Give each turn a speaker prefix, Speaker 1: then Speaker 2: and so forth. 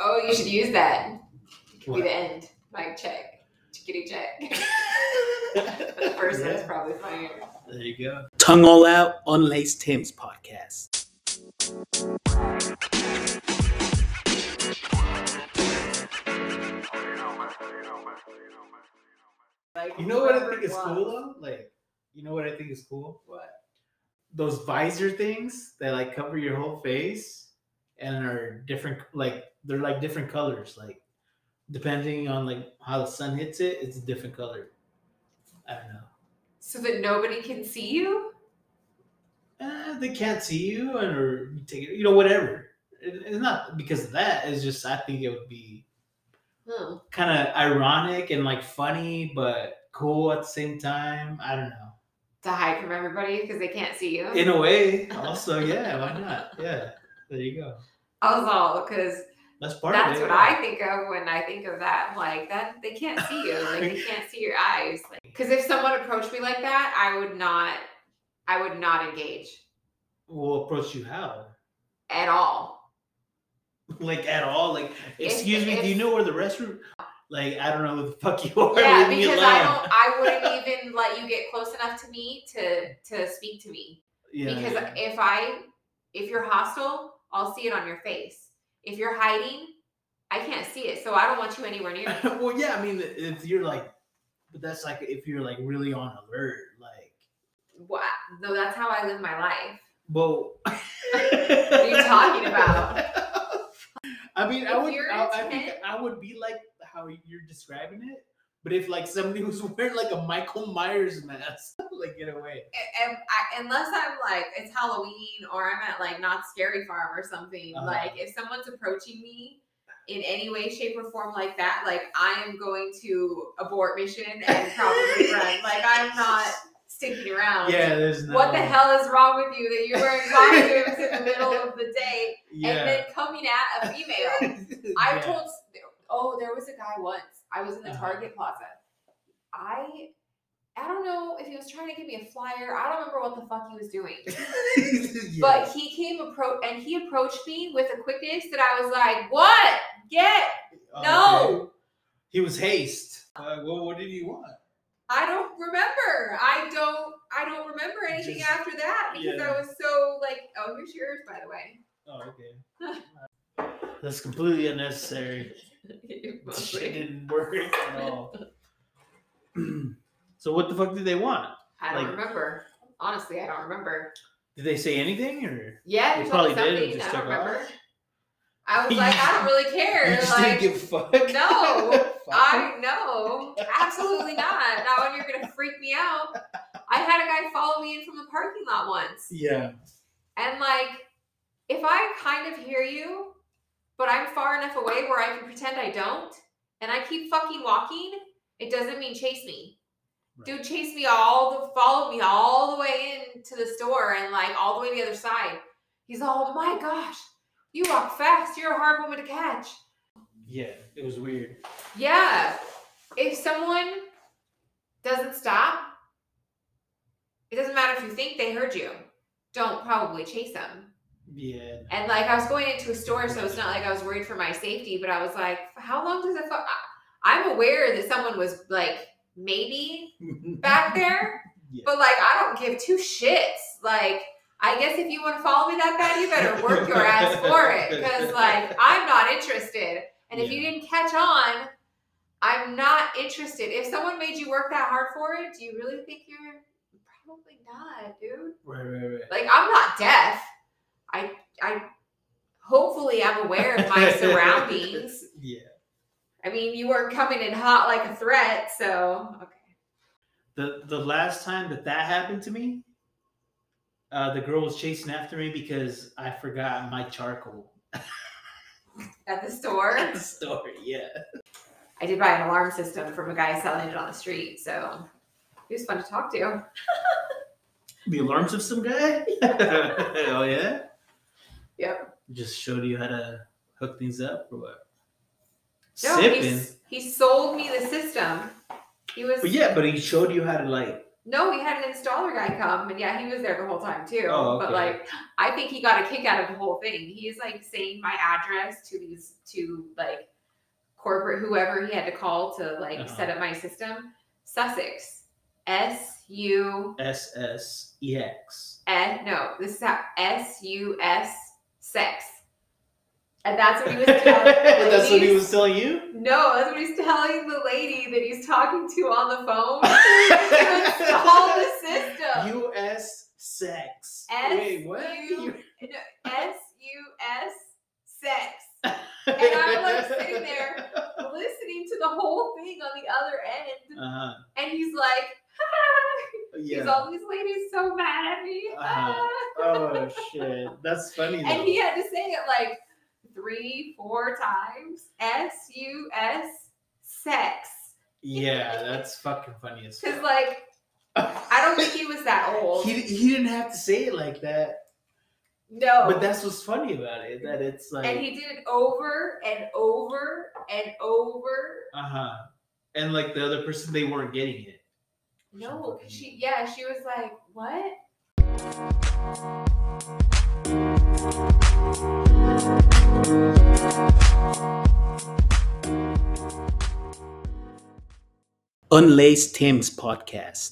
Speaker 1: Oh, you should use that. It could be
Speaker 2: What?
Speaker 1: the end. Mic check. Chickity check. the first one's
Speaker 2: Yeah.
Speaker 1: probably funnier.
Speaker 2: There you go.
Speaker 3: Tongue All Out Unlaced Tim's podcast.
Speaker 1: Like,
Speaker 2: You know what I think
Speaker 1: rubber
Speaker 2: is
Speaker 1: gloves.
Speaker 2: cool though? Like, you know what I think is cool?
Speaker 1: What?
Speaker 2: Those visor things that like cover your whole face and are different. Like they're like different colors. Like depending on like how the sun hits it, it's a different color. I don't know.
Speaker 1: So that nobody can see you?
Speaker 2: Eh, they can't see you and or you take it. You know, whatever. It- it's not because of that. It's just I think it would be
Speaker 1: Hmm.
Speaker 2: kind of ironic and like funny, but cool at the same time. I don't know.
Speaker 1: To hide from everybody because they can't see you?
Speaker 2: In a way, also, yeah, why not? Yeah, there you go.
Speaker 1: also, because
Speaker 2: That's part
Speaker 1: that's
Speaker 2: of it.
Speaker 1: what I think of when I think of that. Like that, they can't see you. Like they can't see your eyes. Because if someone approached me like that, I would not. I would not engage
Speaker 2: will approach you how?
Speaker 1: at all.
Speaker 2: Like at all? Like, excuse me, do you
Speaker 1: if-
Speaker 2: know where the restroom? Like, I don't know who the fuck you are.
Speaker 1: Yeah,
Speaker 2: leave me
Speaker 1: because
Speaker 2: alone.
Speaker 1: I don't. I wouldn't even let you get close enough to me to to speak to me.
Speaker 2: Yeah,
Speaker 1: because
Speaker 2: yeah.
Speaker 1: if I if you're hostile, I'll see it on your face. If you're hiding, I can't see it, so I don't want you anywhere near me.
Speaker 2: well, yeah, I mean, if you're like, but that's like if you're like really on alert, like,
Speaker 1: Wha- No, that's how I live my life.
Speaker 2: well.
Speaker 1: What are you talking about?
Speaker 2: I mean, I
Speaker 1: If
Speaker 2: would.
Speaker 1: you're
Speaker 2: I, I think
Speaker 1: intent-
Speaker 2: I would be like how you're describing it, but if like somebody was wearing like a Michael Myers mask, like get away.
Speaker 1: A- am- I- unless I'm like it's Halloween or I'm at like not scary farm or something.
Speaker 2: Uh-huh.
Speaker 1: Like if someone's approaching me in any way, shape, or form like that, like I am going to abort mission and probably run. Like I'm not sticking around.
Speaker 2: Yeah, there's no.
Speaker 1: What the hell is wrong with you that you're wearing costumes in the middle of the day and
Speaker 2: Yeah.
Speaker 1: then coming at a female? I
Speaker 2: Yeah.
Speaker 1: told, oh, there was a guy once. I was in the
Speaker 2: Uh-huh.
Speaker 1: Target Plaza. I, I don't know if he was trying to give me a flyer. I don't remember what the fuck he was doing.
Speaker 2: Yeah.
Speaker 1: But he came approach and he approached me with a quickness that I was like, "What? Get
Speaker 2: Oh,
Speaker 1: no!
Speaker 2: okay. He was haste. Uh, well, what did he want?
Speaker 1: I don't remember. I don't. I don't remember anything
Speaker 2: Just-
Speaker 1: after that because
Speaker 2: yeah.
Speaker 1: I was so like, oh, here's yours, by the way."
Speaker 2: Oh, okay. That's completely unnecessary. Shit didn't work at all. so what the fuck did they want?
Speaker 1: I don't
Speaker 2: Like-
Speaker 1: remember. Honestly, I don't remember.
Speaker 2: Did they say anything or?
Speaker 1: Yeah,
Speaker 2: They
Speaker 1: he told me
Speaker 2: probably did,
Speaker 1: something.
Speaker 2: just
Speaker 1: I don't
Speaker 2: took off.
Speaker 1: remember. I was
Speaker 2: You
Speaker 1: like, I
Speaker 2: just-
Speaker 1: don't really care.
Speaker 2: you just
Speaker 1: like,
Speaker 2: didn't give a fuck.
Speaker 1: no,
Speaker 2: Fuck.
Speaker 1: I know, absolutely not. Not when you're gonna freak me out. I had a guy follow me in from the parking lot once,
Speaker 2: Yeah.
Speaker 1: and like, if I kind of hear you, but I'm far enough away where I can pretend I don't, and I keep fucking walking, it doesn't mean chase me. dude chased me all the followed me all the way into the store and like all the way to the other side. He's all, oh my gosh, you walk fast. You're a hard woman to catch.
Speaker 2: Yeah, it was weird.
Speaker 1: Yeah. If someone doesn't stop, it doesn't matter if you think they heard you. Don't probably chase them.
Speaker 2: Yeah.
Speaker 1: And like I was going into a store, so it's not like I was worried for my safety, but I was like, how long does it? Fu- I- I'm aware that someone was like maybe back there.
Speaker 2: Yeah.
Speaker 1: But like, I don't give two shits. Like, I guess if you want to follow me that bad, you better work your ass for it. Because like, I'm not interested. And if you
Speaker 2: Yeah.
Speaker 1: didn't catch on, I'm not interested. If someone made you work that hard for it, do you really think you're probably not, dude?
Speaker 2: Right, right, right.
Speaker 1: Like, I'm not deaf. I, I. Hopefully, I'm aware of my surroundings.
Speaker 2: Yeah.
Speaker 1: I mean, you weren't coming in hot like a threat, so okay.
Speaker 2: The the last time that that happened to me, uh, the girl was chasing after me because I forgot my charcoal
Speaker 1: At the store,
Speaker 2: at the store. Yeah.
Speaker 1: I did buy an alarm system from a guy selling it on the street, so he was fun to talk to.
Speaker 2: The alarm system guy. oh yeah.
Speaker 1: Yep.
Speaker 2: Just showed you how to hook things up or what?
Speaker 1: No, he,
Speaker 2: Sipping.
Speaker 1: s- he sold me the system. He was
Speaker 2: But yeah, but he showed you how to like
Speaker 1: No, we had an installer guy come, and yeah, he was there the whole time too.
Speaker 2: Oh,
Speaker 1: But
Speaker 2: okay.
Speaker 1: like, I think he got a kick out of the whole thing. He is like saying my address to these to like corporate whoever he had to call to like
Speaker 2: Uh-huh.
Speaker 1: set up my system. Sussex, S U
Speaker 2: S S E X.
Speaker 1: S. No, this is how S U S sex, and that's what he was telling.
Speaker 2: That's what he
Speaker 1: ladies.
Speaker 2: was telling you.
Speaker 1: No, that's what he's telling the lady that he's talking to on the phone to install the system.
Speaker 2: U S sex.
Speaker 1: S
Speaker 2: Wait, what?
Speaker 1: U- S U S sex. And I'm like sitting there listening to the whole thing on the other end,
Speaker 2: Uh huh.
Speaker 1: and he's like,
Speaker 2: Yeah.
Speaker 1: he's all these ladies so mad at me.
Speaker 2: Uh-huh. oh shit, that's funny.
Speaker 1: and
Speaker 2: though.
Speaker 1: he had to say it like three, four times. S U S sex.
Speaker 2: yeah, that's fucking funny as
Speaker 1: Cause
Speaker 2: fuck.
Speaker 1: like I don't think he was that old.
Speaker 2: he he didn't have to say it like that.
Speaker 1: no.
Speaker 2: But that's what's funny about it. That it's like
Speaker 1: Oh. and he did it over and over and over
Speaker 2: uh huh. And like the other person, they weren't getting it.
Speaker 1: No, 'cause
Speaker 2: fucking
Speaker 1: she yeah, she was like, "What?"
Speaker 3: Unlace Tim's podcast.